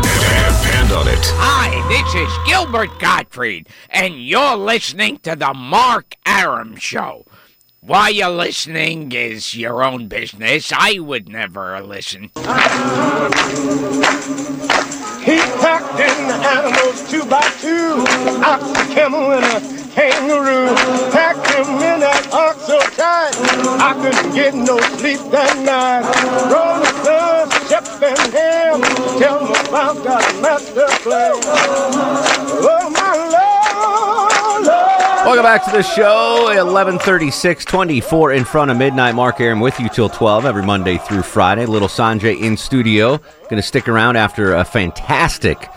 Speaker 1: Depend on it.
Speaker 15: Hi, this is Gilbert Gottfried, and you're listening to the Mark Aram Show. Why you're listening is your own business. I would never listen.
Speaker 16: He packed in the animals two by two, ox, a camel, and a kangaroo. Packed him in that ox so tight, I couldn't get no sleep that night. Roll the sun, step and ham, tell him about that master plan. Oh, my love, love.
Speaker 7: Welcome back to the show. 1136, 24 in front of midnight. Mark Aaron with you till 12 every Monday through Friday. Little Sanjay in studio. Going to stick around after a fantastic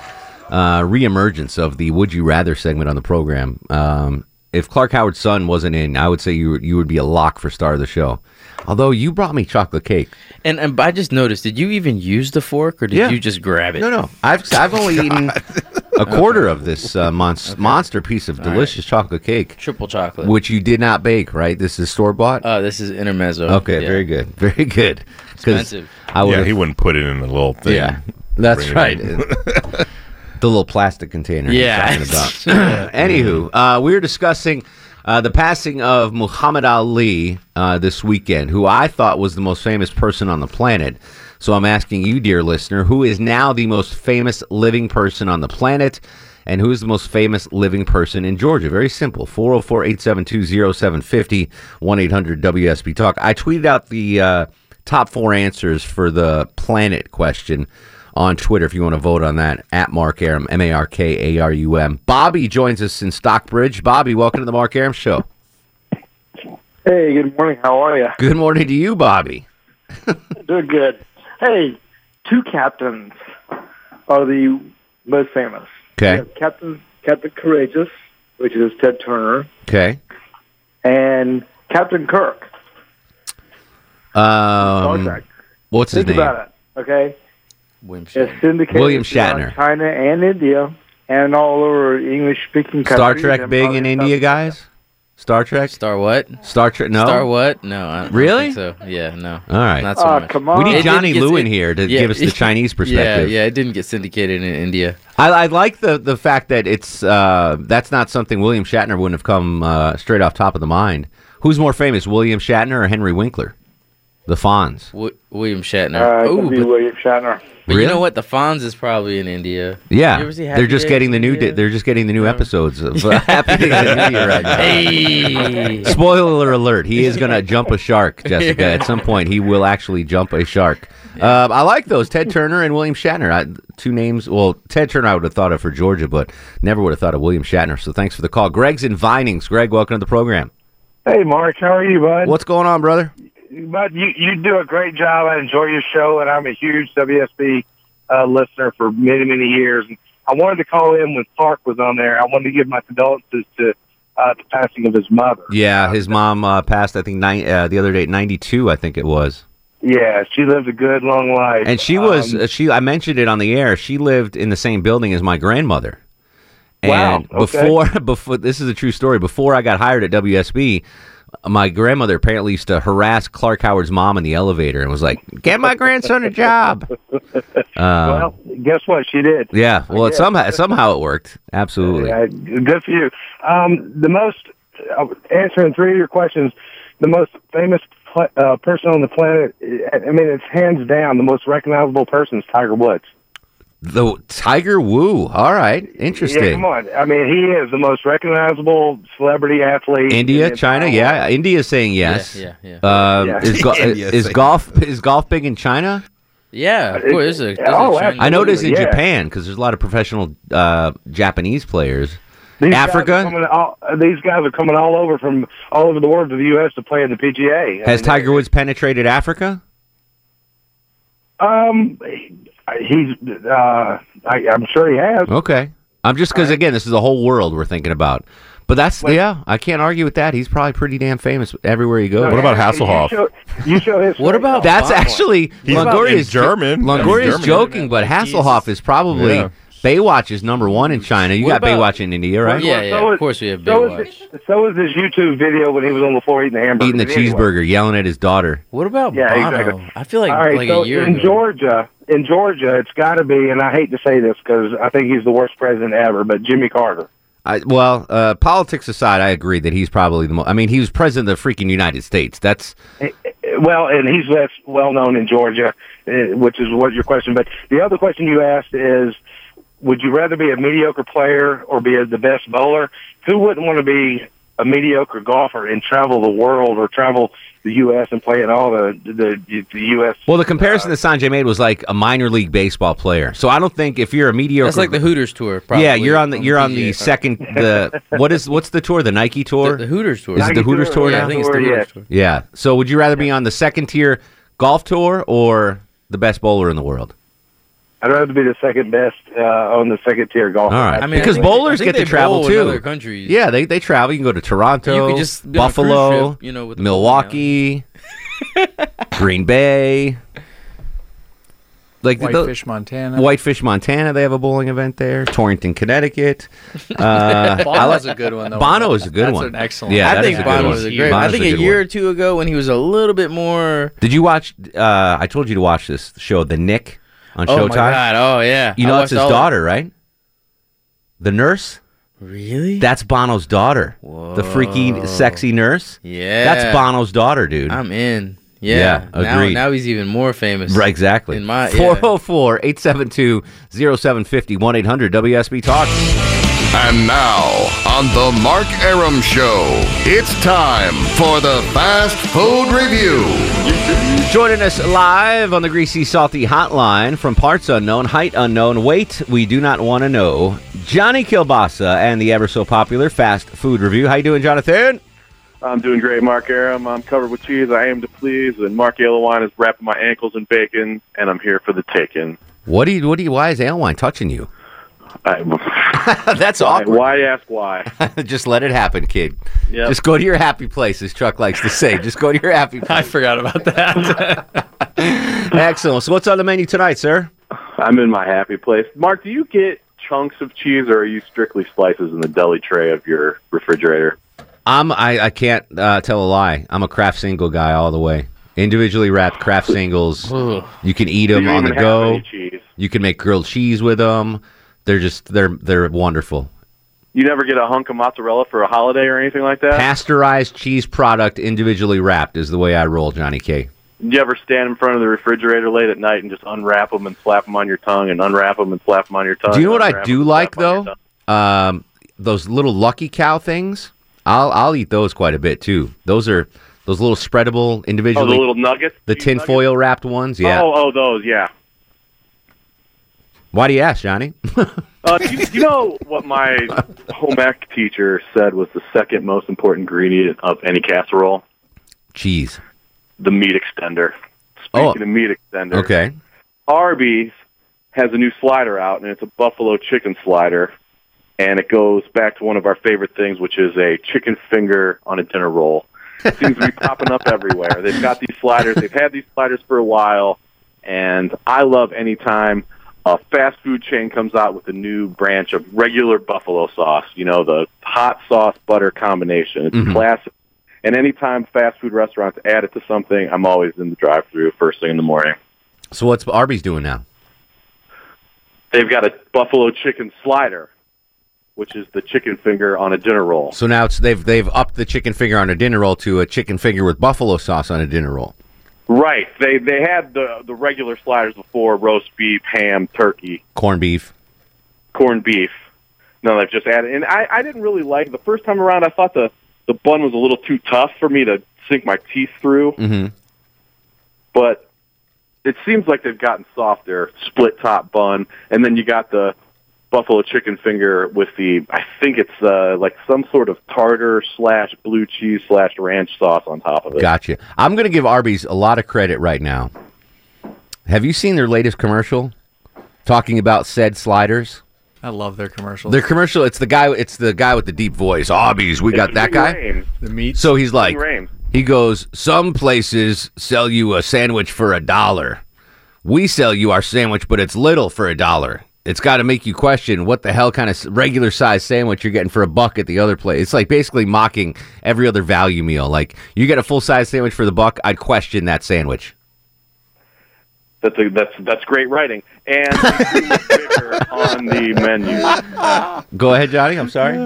Speaker 7: uh, reemergence of the Would You Rather segment on the program. Um, if Clark Howard's son wasn't in, I would say you would- you would be a lock for star of the show. Although you brought me chocolate cake,
Speaker 2: and and I just noticed, did you even use the fork or did
Speaker 7: Yeah.
Speaker 2: you just grab it?
Speaker 7: No, no,
Speaker 2: (laughs) Oh
Speaker 7: I've I've only eaten a quarter of this uh, monst- monster piece of delicious chocolate cake,
Speaker 2: triple chocolate,
Speaker 7: which you did not bake, right? This is store bought.
Speaker 2: Uh, this is intermezzo.
Speaker 7: Okay,
Speaker 2: Yeah.
Speaker 7: very good, (laughs) very good. 'Cause
Speaker 2: Expensive.
Speaker 7: I would.
Speaker 11: yeah, he wouldn't put it in a little thing.
Speaker 7: Yeah, that's
Speaker 11: Bring
Speaker 7: right.
Speaker 11: it in.
Speaker 7: (laughs) the little plastic container. you're
Speaker 11: Yeah.
Speaker 7: talking about. (clears throat) Anywho, uh, we were discussing uh, the passing of Muhammad Ali uh, this weekend, who I thought was the most famous person on the planet. So I'm asking you, dear listener, who is now the most famous living person on the planet? And who is the most famous living person in Georgia? Very simple. 404 872 0750 1 800 WSB Talk. I tweeted out the uh, top four answers for the planet question on Twitter if you want to vote on that at Mark Aram, M A R K A R U M. Bobby joins us in Stockbridge. Bobby, welcome to the Mark Aram Show.
Speaker 17: Hey, good morning. How are you?
Speaker 7: Good morning to you, Bobby.
Speaker 17: Doing good. Hey, two captains are the most famous. We
Speaker 7: Okay.
Speaker 17: have Captain Captain Courageous, which is Ted Turner,
Speaker 7: Okay.
Speaker 17: and Captain Kirk.
Speaker 7: Um,
Speaker 17: Contract.
Speaker 7: what's his
Speaker 17: Think
Speaker 7: name?
Speaker 17: about it. Okay.
Speaker 2: William
Speaker 17: It's syndicated
Speaker 7: William
Speaker 17: throughout
Speaker 7: Shatner.
Speaker 17: China and India, and all over English-speaking countries.
Speaker 7: Star Trek
Speaker 17: and
Speaker 7: big
Speaker 17: probably
Speaker 7: in
Speaker 17: South-
Speaker 7: India, guys? Star Trek?
Speaker 2: Star what?
Speaker 7: Star Trek? No.
Speaker 2: Star what? No. I don't
Speaker 7: Really?
Speaker 2: think so yeah, no.
Speaker 7: All right.
Speaker 2: Not so
Speaker 7: Aw,
Speaker 17: Ah,
Speaker 18: Ah,
Speaker 2: much.
Speaker 7: come on. We need
Speaker 2: It didn't
Speaker 7: Johnny
Speaker 2: get-
Speaker 7: Lou in
Speaker 2: it- (laughs)
Speaker 7: here to give us the Chinese perspective.
Speaker 2: Yeah, yeah, it didn't get syndicated in India.
Speaker 7: I, I like the the fact that it's uh, that's not something William Shatner wouldn't have come uh, straight off top of the mind. Who's more famous, William Shatner or Henry Winkler? The Fonz.
Speaker 2: W- William Shatner.
Speaker 18: Ah,
Speaker 17: Uh, it could
Speaker 2: Ooh,
Speaker 17: be
Speaker 2: but,
Speaker 17: William Shatner.
Speaker 2: but you
Speaker 7: Really?
Speaker 2: know what? The Fonz is probably in India. You
Speaker 7: Yeah,
Speaker 2: ever see Happy
Speaker 7: they're just
Speaker 2: Days
Speaker 7: getting the
Speaker 2: in
Speaker 7: new.
Speaker 2: India?
Speaker 7: They're just getting the new episodes
Speaker 2: (laughs)
Speaker 7: of uh, Happy Days in India right now.
Speaker 2: Hey.
Speaker 7: Spoiler alert: He is going to jump a shark, Jessica. At some point, he will actually jump a shark. Um, I like those Ted Turner and William Shatner. I, two names. Well, Ted Turner I would have thought of for Georgia, but never would have thought of William Shatner. So thanks for the call, Greg's in Vinings. Greg, welcome to the program.
Speaker 18: Hey, Mark, how are you, bud?
Speaker 7: What's going on, brother?
Speaker 18: Bud, you, you do a great job. I enjoy your show, and I'm a huge WSB uh, listener for many, many years. And I wanted to call in when Clark was on there. I wanted to give my condolences to uh, the passing of his mother.
Speaker 7: Yeah, his mom uh, passed. I think nine, uh, the other day, ninety two. I think it was.
Speaker 18: Yeah, she lived a good, long life. Um,
Speaker 7: And she was uh, she. I mentioned it on the air. She lived in the same building as my grandmother.
Speaker 18: Wow,
Speaker 7: And
Speaker 18: okay.
Speaker 7: before (laughs) before this is a true story. Before I got hired at WSB, my grandmother apparently used to harass Clark Howard's mom in the elevator and was like, "Get my grandson a
Speaker 18: (laughs)
Speaker 7: job." Uh,
Speaker 18: well, guess what? She did.
Speaker 7: yeah. Well, it
Speaker 18: yeah.
Speaker 7: somehow somehow it worked. Absolutely.
Speaker 18: Yeah, good for you. Um, the most uh, answering three of your questions, the most famous pl- uh, person on the planet. I I mean, it's hands down the most recognizable person is Tiger Woods.
Speaker 7: The Tiger Woo. All right.
Speaker 18: Yeah,
Speaker 7: Interesting.
Speaker 18: come on. I mean, he is the most recognizable celebrity athlete.
Speaker 7: India,
Speaker 18: in-
Speaker 7: China, yeah. India's saying yes.
Speaker 18: yeah, yeah.
Speaker 7: Uh,
Speaker 18: Yeah.
Speaker 7: Is,
Speaker 18: (laughs)
Speaker 7: go-
Speaker 18: India's
Speaker 7: is
Speaker 18: saying-
Speaker 7: golf is golf big in China?
Speaker 2: Yeah, of course. There's a, there's
Speaker 18: Oh,
Speaker 2: a Chinese-
Speaker 7: I know it is in
Speaker 18: yeah.
Speaker 7: Japan because there's a lot of professional uh, Japanese players.
Speaker 18: These guys are
Speaker 7: Africa
Speaker 18: coming all, uh, these guys are coming all over from all over the world to the U.S. to play in the PGA.
Speaker 7: has Tiger Woods penetrated Africa?
Speaker 18: Um, he's. Uh, I, I'm sure he has.
Speaker 7: Okay, I'm just because again, this is the whole world we're thinking about. But that's yeah, I can't argue with that. He's probably pretty damn famous everywhere he goes.
Speaker 18: You show, you show his.
Speaker 7: What about that's
Speaker 18: Obama?
Speaker 7: actually
Speaker 18: He's
Speaker 7: Longoria's
Speaker 18: in German.
Speaker 7: Longoria
Speaker 18: He's
Speaker 7: is
Speaker 18: German.
Speaker 7: joking, but Hasselhoff is probably
Speaker 18: Yeah.
Speaker 7: Baywatch is number one in China. You
Speaker 18: What
Speaker 7: got
Speaker 18: about-
Speaker 7: Baywatch in India, right?
Speaker 18: Yeah, yeah, So of
Speaker 2: course we have
Speaker 18: So is, his, so is his YouTube video when he was on the floor eating the hamburger.
Speaker 7: Eating the cheeseburger, yelling at his daughter.
Speaker 2: What about
Speaker 18: Yeah,
Speaker 2: Bono?
Speaker 18: exactly.
Speaker 2: I feel like,
Speaker 18: All right,
Speaker 2: like
Speaker 18: so
Speaker 2: a year
Speaker 18: in
Speaker 2: ago.
Speaker 18: Georgia, in Georgia, it's got to be, and I hate to say this because I think he's the worst president ever, but Jimmy Carter.
Speaker 7: I, well, uh, politics aside, I agree that he's probably the most. I mean, he was president of the freaking United States. That's
Speaker 18: Eh, eh, Well, and he's less well known in Georgia, eh, which is what your question. But the other question you asked is, would you rather be a mediocre player or be a, the best bowler? Who wouldn't want to be a mediocre golfer and travel the world or travel the U.S. and play in all the the, the U.S.
Speaker 7: well, the comparison that Sanjay made was like a minor league baseball player. So I don't think if you're a mediocre,
Speaker 2: That's like the Hooters tour. Probably,
Speaker 7: yeah, you're on the you're on the
Speaker 2: PGA.
Speaker 7: second the what is what's the tour? The Nike tour?
Speaker 2: The- the Hooters tour.
Speaker 7: Is it
Speaker 2: Nike
Speaker 7: the Hooters
Speaker 2: tour,
Speaker 7: tour?
Speaker 2: yeah, I
Speaker 7: now?
Speaker 2: think it's the Hooters tour.
Speaker 7: Yeah. So would you rather be on the second tier golf tour or the best bowler in the world?
Speaker 18: I'd rather be the second best uh, on the second tier golf.
Speaker 7: All right. because bowlers get to travel too. Yeah, they, they travel. You can go to Toronto,
Speaker 18: You could just be on a cruise
Speaker 7: Buffalo,
Speaker 18: ship, you know, with the
Speaker 7: Milwaukee, Green Bay. Like the-
Speaker 8: Whitefish, Montana.
Speaker 7: Whitefish, Montana. They have a bowling event there. Torrington, Connecticut.
Speaker 2: (laughs)
Speaker 7: I
Speaker 2: Bono's a
Speaker 7: like-
Speaker 2: good one, though.
Speaker 7: Bono is a good
Speaker 8: That's
Speaker 7: one.
Speaker 8: an excellent
Speaker 7: Yeah,
Speaker 8: one.
Speaker 7: that
Speaker 2: I
Speaker 7: is
Speaker 2: think
Speaker 7: a good
Speaker 2: Bono
Speaker 7: one.
Speaker 2: was a great. I
Speaker 7: Bono's
Speaker 2: think
Speaker 7: a
Speaker 2: a,
Speaker 7: good
Speaker 2: year
Speaker 7: one.
Speaker 2: or two ago when he was a little bit more.
Speaker 7: Did you watch? Uh, I told you to watch this show, The Nick, on
Speaker 2: Oh my
Speaker 7: Showtime.
Speaker 2: God, oh, yeah.
Speaker 7: You
Speaker 2: I
Speaker 7: know that's
Speaker 2: watched
Speaker 7: his
Speaker 2: all of
Speaker 7: daughter, right? The nurse.
Speaker 2: Really?
Speaker 7: That's Bono's daughter. The freaky, sexy nurse.
Speaker 2: Yeah.
Speaker 7: That's Bono's daughter, dude.
Speaker 2: I'm in. Yeah.
Speaker 7: agreed.
Speaker 2: Now, now he's even more famous.
Speaker 7: Right, exactly.
Speaker 2: In my yeah.
Speaker 7: 404 872 0750 1 800 WSB Talk.
Speaker 1: And now, on The Mark Aram Show, it's time for the Fast Food Review.
Speaker 7: Joining us live on the Greasy Salty Hotline from parts unknown, height unknown, weight we do not want to know. Johnny Kilbasa and the ever so popular Fast Food Review. How you doing, Jonathan?
Speaker 10: I'm doing great, Mark Aram. I'm covered with cheese. I aim to please, and Mark Alewine is wrapping my ankles in bacon, and I'm here for the taking.
Speaker 7: What do you? What do you? Why is Alewine touching you? (laughs) That's
Speaker 10: why,
Speaker 7: awkward.
Speaker 10: Why ask
Speaker 7: (laughs)
Speaker 10: why?
Speaker 7: Just let it happen, kid.
Speaker 10: Yep.
Speaker 7: Just go to your happy place, as Chuck likes to say. Just go to your happy place. I
Speaker 8: forgot about that.
Speaker 7: (laughs) Excellent. So, what's on the menu tonight, sir?
Speaker 10: I'm in my happy place. Mark, do you get chunks of cheese, or are you strictly slices in the deli tray of your refrigerator?
Speaker 7: I'm. I, I can't uh, tell a lie. I'm a craft single guy all the way. Individually wrapped craft singles. you can eat them
Speaker 10: You don't
Speaker 7: on the
Speaker 10: even have
Speaker 7: go.
Speaker 10: any cheese.
Speaker 7: You can make grilled cheese with them. They're just they're they're wonderful.
Speaker 10: You never get a hunk of mozzarella for a holiday or anything like that?
Speaker 7: Pasteurized cheese product individually wrapped is the way I roll, Johnny K.
Speaker 10: Did you ever stand in front of the refrigerator late at night and just unwrap them and slap them on your tongue and unwrap them and slap them on your tongue?
Speaker 7: Do you know what I
Speaker 10: unwrap
Speaker 7: do
Speaker 10: 'em?
Speaker 7: like though? Um, those little Lucky Cow things. I'll I'll eat those quite a bit too. Those are those little spreadable
Speaker 10: Oh,
Speaker 7: individually.
Speaker 10: the little nuggets?
Speaker 7: the tinfoil wrapped ones. Yeah.
Speaker 10: Oh, oh, those, yeah.
Speaker 7: Why do you ask, Johnny? (laughs)
Speaker 10: Uh, do you, do you know what my home ec teacher said was the second most important ingredient of any casserole?
Speaker 7: Cheese.
Speaker 10: The meat extender. Speaking of meat extender,
Speaker 7: Oh. Okay.
Speaker 10: Arby's has a new slider out, and it's a buffalo chicken slider, and it goes back to one of our favorite things, which is a chicken finger on a dinner roll. It seems to be popping up everywhere. They've got these sliders. They've had these sliders for a while, and I love any time a fast food chain comes out with a new branch of regular buffalo sauce. You know, the hot sauce butter combination. It's
Speaker 19: Mhm.
Speaker 10: classic. And anytime fast food restaurants add it to something, I'm always in the drive-through first thing in the morning.
Speaker 7: So what's Arby's doing now?
Speaker 10: They've got a buffalo chicken slider, which is the chicken finger on a dinner roll.
Speaker 7: So now it's they've they've upped the chicken finger on a dinner roll to a chicken finger with buffalo sauce on a dinner roll.
Speaker 10: Right. They they had the the regular sliders before roast beef, ham, turkey,
Speaker 7: Corned beef.
Speaker 10: corned beef. No, they've just added. And I I didn't really like the first time around. I thought the the bun was a little too tough for me to sink my teeth through,
Speaker 7: Mm-hmm.
Speaker 10: but it seems like they've gotten softer. Split top bun, and then you got the buffalo chicken finger with the I think it's uh, like some sort of tartar slash blue cheese slash ranch sauce on top of it.
Speaker 7: Gotcha. I'm going to give Arby's a lot of credit right now. Have you seen their latest commercial talking about said sliders?
Speaker 8: I love their commercials.
Speaker 7: Their commercial. It's the guy. It's the guy with the deep voice. Arby's. We got that guy.
Speaker 8: The meat.
Speaker 7: So he's like,
Speaker 8: Rames.
Speaker 7: he goes, some places sell you a sandwich for a dollar. We sell you our sandwich, but it's little for a dollar. It's got to make you question what the hell kind of s- regular size sandwich you're getting for a buck at the other place. It's like basically mocking every other value meal. Like, you get a full size sandwich for the buck, I'd question that sandwich.
Speaker 10: That's a, that's that's great writing. And
Speaker 7: (laughs)
Speaker 10: bigger on the menu.
Speaker 7: Go ahead, Johnny. I'm sorry.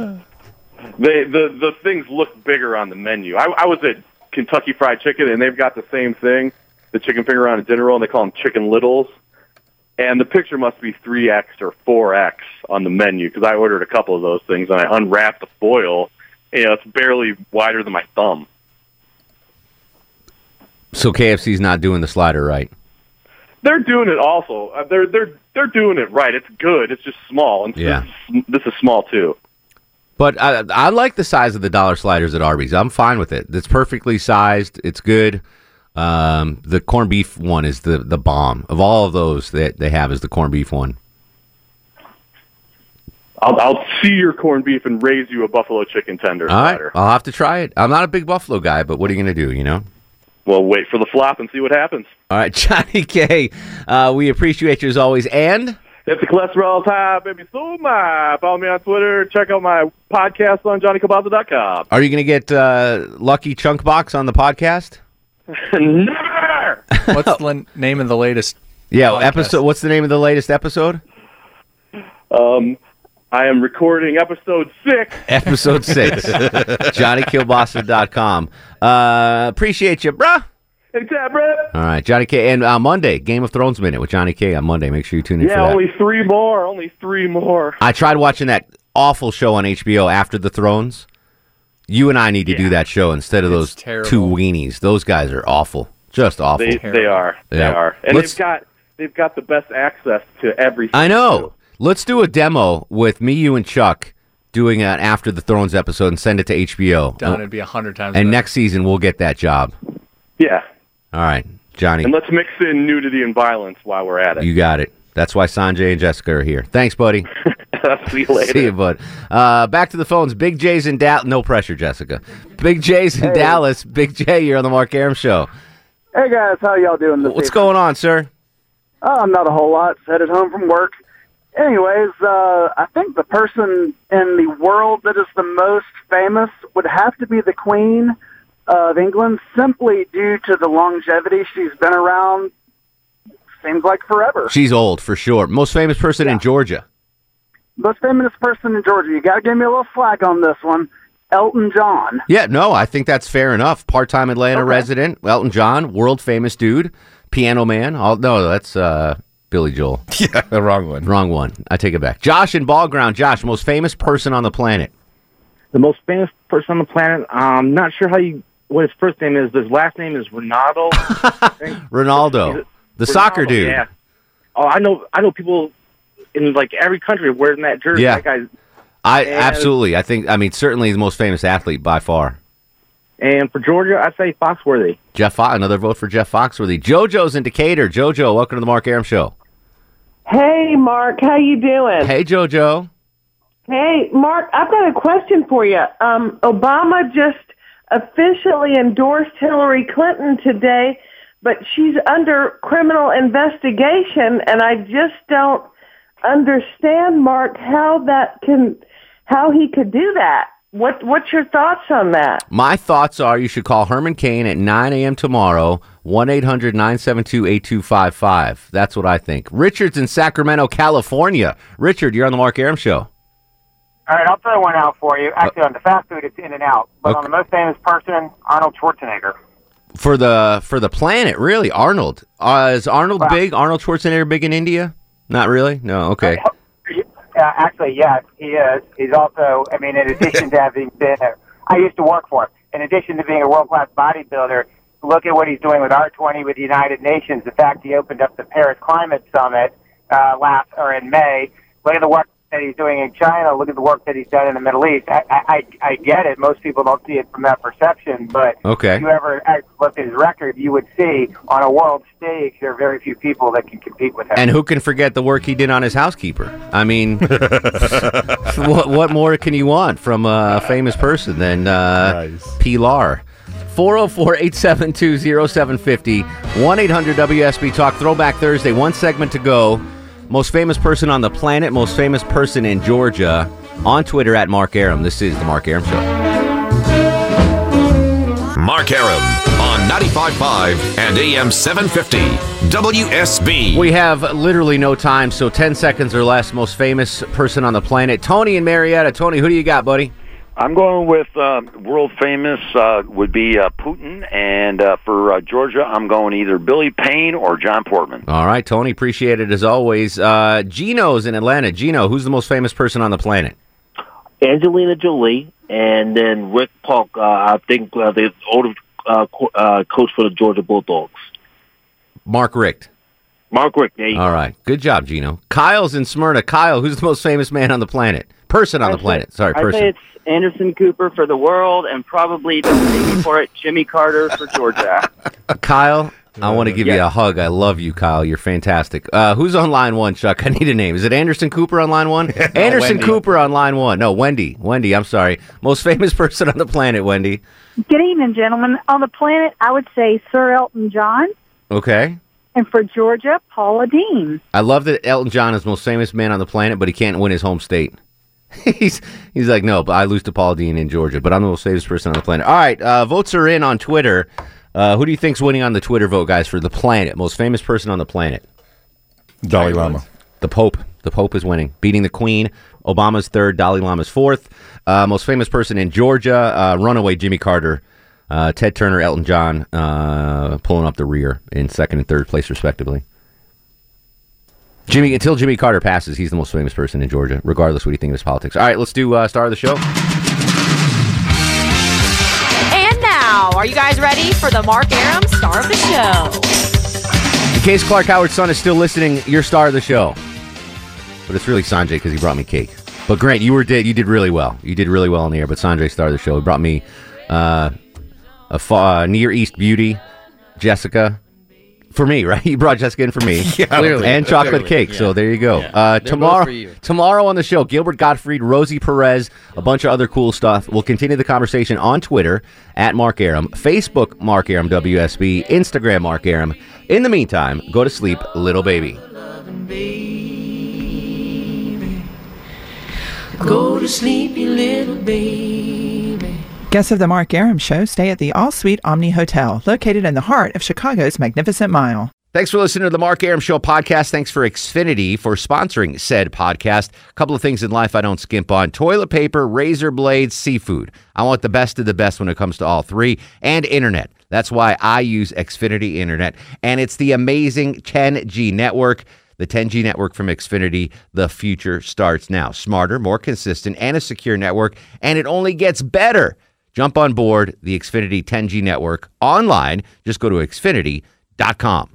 Speaker 10: They the the things look bigger on the menu. I, I was at Kentucky Fried Chicken and they've got the same thing, the chicken finger on a dinner roll, and they call them chicken littles. And the picture must be three X or four X on the menu because I ordered a couple of those things and I unwrapped the foil. You know, it's barely wider than my thumb.
Speaker 7: So KFC's not doing the slider right.
Speaker 10: They're doing it also. Uh, They're they're they're doing it right. It's good. It's just small. And
Speaker 7: Yeah.
Speaker 10: this, is, this is small too.
Speaker 7: But I, I like the size of the dollar sliders at Arby's. I'm fine with it. It's perfectly sized. It's good. Um, the corned beef one is the, the bomb. Of all of those that they have is the corned beef one.
Speaker 10: I'll, I'll see your corned beef and raise you a buffalo chicken tender.
Speaker 7: All right, I'll have to try it. I'm not a big buffalo guy, but what are you going to do? You know.
Speaker 10: Well, wait for the flop and see what happens.
Speaker 7: All right, (laughs) Johnny K. Uh, we appreciate you as always. And
Speaker 10: If the cholesterol's high, baby, so am I. Follow me on Twitter. Check out my podcast on johnnycabaza.com.
Speaker 7: are you going to get uh, Lucky Chunk Box on the podcast?
Speaker 10: Never.
Speaker 8: What's the n- name of the latest?
Speaker 7: Yeah, episode. What's the name of the latest episode?
Speaker 10: Um, I am recording episode six.
Speaker 7: Episode six. JohnnyKillbosser.com. Uh, appreciate you, bruh.
Speaker 10: Anytime, bro.
Speaker 7: All right, Johnny K. And uh, Monday, Game of Thrones minute with Johnny K. on Monday. Make sure you tune in for
Speaker 10: Yeah,
Speaker 7: that.
Speaker 10: only three more. Only three more.
Speaker 7: I tried watching that awful show on HBO after the Thrones. You and I need to do that show instead of those
Speaker 10: terrible.
Speaker 7: two weenies. Those guys are awful, just awful.
Speaker 10: They, they are. They
Speaker 7: Yeah.
Speaker 10: are. And
Speaker 7: Let's-
Speaker 10: they've got they've got the best access to everything.
Speaker 7: I know. Let's do a demo with me, you, and Chuck doing an after the Thrones episode and send it to HBO.
Speaker 8: Done. It'd be a hundred times.
Speaker 7: and next season we'll get that job.
Speaker 10: Yeah.
Speaker 7: All right, Johnny,
Speaker 10: And let's mix in nudity and violence while we're at it. (laughs)
Speaker 7: you got it. That's why Sanjay and Jessica are here. Thanks, buddy.
Speaker 10: See you later.
Speaker 7: See you, bud. Uh, back to the phones. Big J's in Dallas. No pressure, Jessica. Big J's in Dallas. Big J, you're on the Mark Aram show.
Speaker 19: Hey guys, how y'all doing this
Speaker 7: What's
Speaker 19: evening?
Speaker 7: going on, sir?
Speaker 19: Uh, not a whole lot. Headed home from work. Anyways, uh, I think the person in the world that is the most famous would have to be the Queen of England, simply due to the longevity she's been around. Seems like forever.
Speaker 7: She's old for sure. Most famous person in Georgia.
Speaker 19: Most famous person in Georgia. You got to give me a little slack on this one. Elton John.
Speaker 7: Yeah, no, I think that's fair enough. Part-time Atlanta resident, Elton John, world famous dude, piano man. Oh, no, that's uh, Billy Joel. (laughs) Yeah, the wrong one. Wrong one. I take it back. Josh in Ball Ground. Josh, most famous person on the planet.
Speaker 17: The most famous person on the planet. I'm not sure how you what his first name is, but his last name is Ronaldo.
Speaker 7: Ronaldo, the (laughs) soccer
Speaker 17: Ronaldo,
Speaker 7: dude.
Speaker 17: Yeah. Oh, I know. I know people in like every country wearing that jersey.
Speaker 7: Yeah.
Speaker 17: That guy's
Speaker 7: I
Speaker 17: And-
Speaker 7: absolutely. I think. I mean, certainly the most famous athlete by far.
Speaker 17: And for Georgia, I say Foxworthy.
Speaker 7: Jeff, Fo- another vote for Jeff Foxworthy. JoJo's in Decatur. JoJo, welcome to the Mark Aram Show.
Speaker 20: Hey, Mark, how you doing?
Speaker 7: Hey, JoJo.
Speaker 20: Hey, Mark, I've got a question for you. Um, Obama just officially endorsed Hillary Clinton today, but she's under criminal investigation, and I just don't understand, Mark, how that can, how he could do that. What What's your thoughts on that?
Speaker 7: My thoughts are you should call Herman Kane at 9 a.m. tomorrow, 1 800 972 8255. That's what I think. Richard's in Sacramento, California. Richard, you're on the Mark Aram Show.
Speaker 21: All right, I'll throw one out for you. Actually, on the fast food, it's In and Out. But on the most famous person, Arnold Schwarzenegger.
Speaker 7: For the for the planet, really, Arnold. Uh, is Arnold big? Arnold Schwarzenegger big in India? Not really? No, okay.
Speaker 21: Uh, actually, yes, he is. He's also, I mean, in addition to having been, a, I used to work for him. In addition to being a world class bodybuilder, look at what he's doing with R20 with the United Nations. The fact he opened up the Paris Climate Summit uh, last or in May. Look at the work that he's doing in China. Look at the work that he's done in the Middle East. I, I, I I get it. Most people don't see it from that perception, but
Speaker 7: Okay.
Speaker 21: if you ever actually looked at his record, you would see on a world stage there are very few people that can compete with him.
Speaker 7: And who can forget the work he did on his housekeeper? I mean, what what more can you want from a famous person than uh, Pilar? 404-872-0750, 1-800-WSB Talk, Throwback Thursday, one segment to go. Most famous person on the planet, most famous person in Georgia, on Twitter at Mark Aram. This is The Mark Aram Show.
Speaker 22: Mark Aram on 95.5 and AM 750 WSB.
Speaker 7: We have literally no time, so 10 seconds or less, most famous person on the planet, Tony and Marietta. Tony, who do you got, buddy?
Speaker 23: I'm going with uh, world famous uh, would be uh, Putin, and uh, for uh, Georgia, I'm going either Billy Payne or John Portman.
Speaker 7: All right, Tony, appreciate it as always. Uh, Gino's in Atlanta. Gino, who's the most famous person on the planet?
Speaker 24: Angelina Jolie, and then Rick Polk. Uh, I think uh, the older uh, co- uh, coach for the Georgia Bulldogs.
Speaker 7: Mark Richt.
Speaker 24: Mark Rick. There you
Speaker 7: All right, good job, Gino. Kyle's in Smyrna. Kyle, who's the most famous man on the planet? Person on the planet. Sorry,
Speaker 3: I say
Speaker 7: person.
Speaker 3: it's Anderson Cooper for the world, and probably don't take me for it, Jimmy Carter for Georgia.
Speaker 7: Uh, Kyle,
Speaker 3: Uh,
Speaker 7: I want to give you a hug. I love you, Kyle. You're fantastic. Uh, who's on line one, Chuck? (laughs) I need a name. Is it Anderson Cooper on
Speaker 3: (laughs)
Speaker 7: line one? Anderson
Speaker 5: Wendy.
Speaker 7: Cooper on line one. No, Wendy. Wendy, I'm sorry. Most famous (laughs) person on the planet, Wendy.
Speaker 6: Good evening, gentlemen. On the planet, I would say Sir Elton John,
Speaker 7: Okay.
Speaker 6: and for Georgia, Paula Dean.
Speaker 7: I love that Elton John is the most famous man on the planet, but he can't win his home state. (laughs) he's he's like, no, but I lose to Paul Dean in Georgia, but I'm the most famous person on the planet. All right, uh, votes are in on Twitter. Uh, who do you think's winning on the Twitter vote, guys, for the planet? Most famous person on the planet? Dalai Lama. The Pope. The Pope is winning, beating the Queen. Obama's third, Dalai Lama's fourth. Uh, most famous person in Georgia, uh, runaway Jimmy Carter. Uh, Ted Turner, Elton John, uh, pulling up the rear in second and third place, respectively. Jimmy, until Jimmy Carter passes, he's the most famous person in Georgia, regardless what you think of his politics. All right, let's do uh, star of the show.
Speaker 9: And now, are you guys ready for the Mark Aram star of the show?
Speaker 7: In case Clark Howard's son is still listening, you're star of the show. But it's really Sanjay because he brought me cake. But Grant, you were did you did really well. You did really well on the air. But Sanjay star of the show. He brought me uh, a fa- uh, Near East beauty, Jessica. For me, (laughs) right? You brought Jessica in for me,
Speaker 2: (laughs) Yeah. Clearly.
Speaker 7: and chocolate
Speaker 2: Clearly,
Speaker 7: cake. So there you go. Uh,
Speaker 2: both
Speaker 7: tomorrow,
Speaker 2: for you.
Speaker 7: tomorrow on the show, Gilbert Gottfried, Rosie Perez, a bunch of other cool stuff. We'll continue the conversation on Twitter at Mark Aram, Facebook Mark Aram WSB, Instagram Mark Aram. In the meantime, go to sleep, little baby.
Speaker 25: Go to sleep, you little baby.
Speaker 26: Guests of the Mark Aram Show stay at the All Suite Omni Hotel, located in the heart of Chicago's Magnificent Mile.
Speaker 7: Thanks for listening to the Mark Aram Show podcast. Thanks for Xfinity for sponsoring said podcast. A couple of things in life I don't skimp on toilet paper, razor blades, seafood. I want the best of the best when it comes to all three, and internet. That's why I use Xfinity Internet. And it's the amazing 10G network. The 10G network from Xfinity, the future starts now. Smarter, more consistent, and a secure network, and it only gets better. Jump on board the Xfinity 10G network online. Just go to xfinity.com.